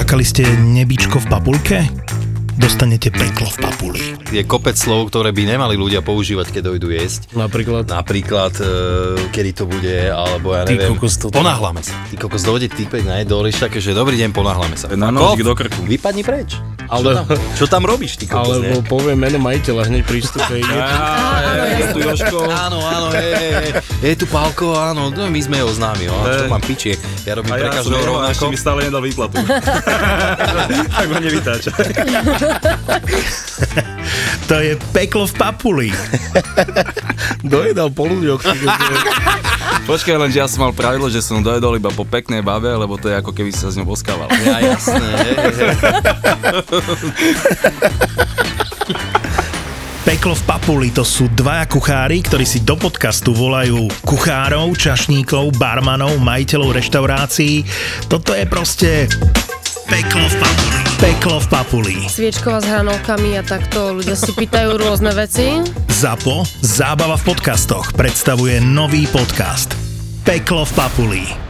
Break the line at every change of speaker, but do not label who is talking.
Potkali ste nebičko v papulke? Dostanete peklo v papuli.
Je kopec slov, ktoré by nemali ľudia používať, keď dojdu jesť.
Napríklad.
Napríklad, e, kedy to bude, alebo ja
Ty
neviem.
kokos, to-
Ponáhlame sa. Ty kokos dojde týpek na jedlo, hovoríš také, že dobrý deň, ponáhlame sa.
Na
Kop,
nožík do krku.
Vypadni preč. Čo,
Ale-
tam, čo tam robíš, ty kokos,
Alebo
ne?
poviem meno majiteľa hneď prístupe.
Á, je tu Jožko.
Áno, áno, je, je, je, je tu Pálko, áno, no, my sme ho známi, áno, čo mám pičie, ja robím
A
pre
ja som
každého
jeho, a ešte
rovnako.
mi stále nedal výplatu. tak ma nevytáča.
To je peklo v papuli.
Dojedal polúďok.
Počkaj len, že ja som mal pravidlo, že som dojedol iba po peknej babe, lebo to je ako keby si sa s ňou boskával.
Ja, jasné, hej, hej.
Peklo v papuli to sú dvaja kuchári, ktorí si do podcastu volajú kuchárov, čašníkov, barmanov, majiteľov reštaurácií. Toto je proste peklo v papuli. Peklo v papuli.
Sviečkova s hranolkami a takto ľudia si pýtajú rôzne veci.
ZAPO, zábava v podcastoch, predstavuje nový podcast. Peklo v papuli.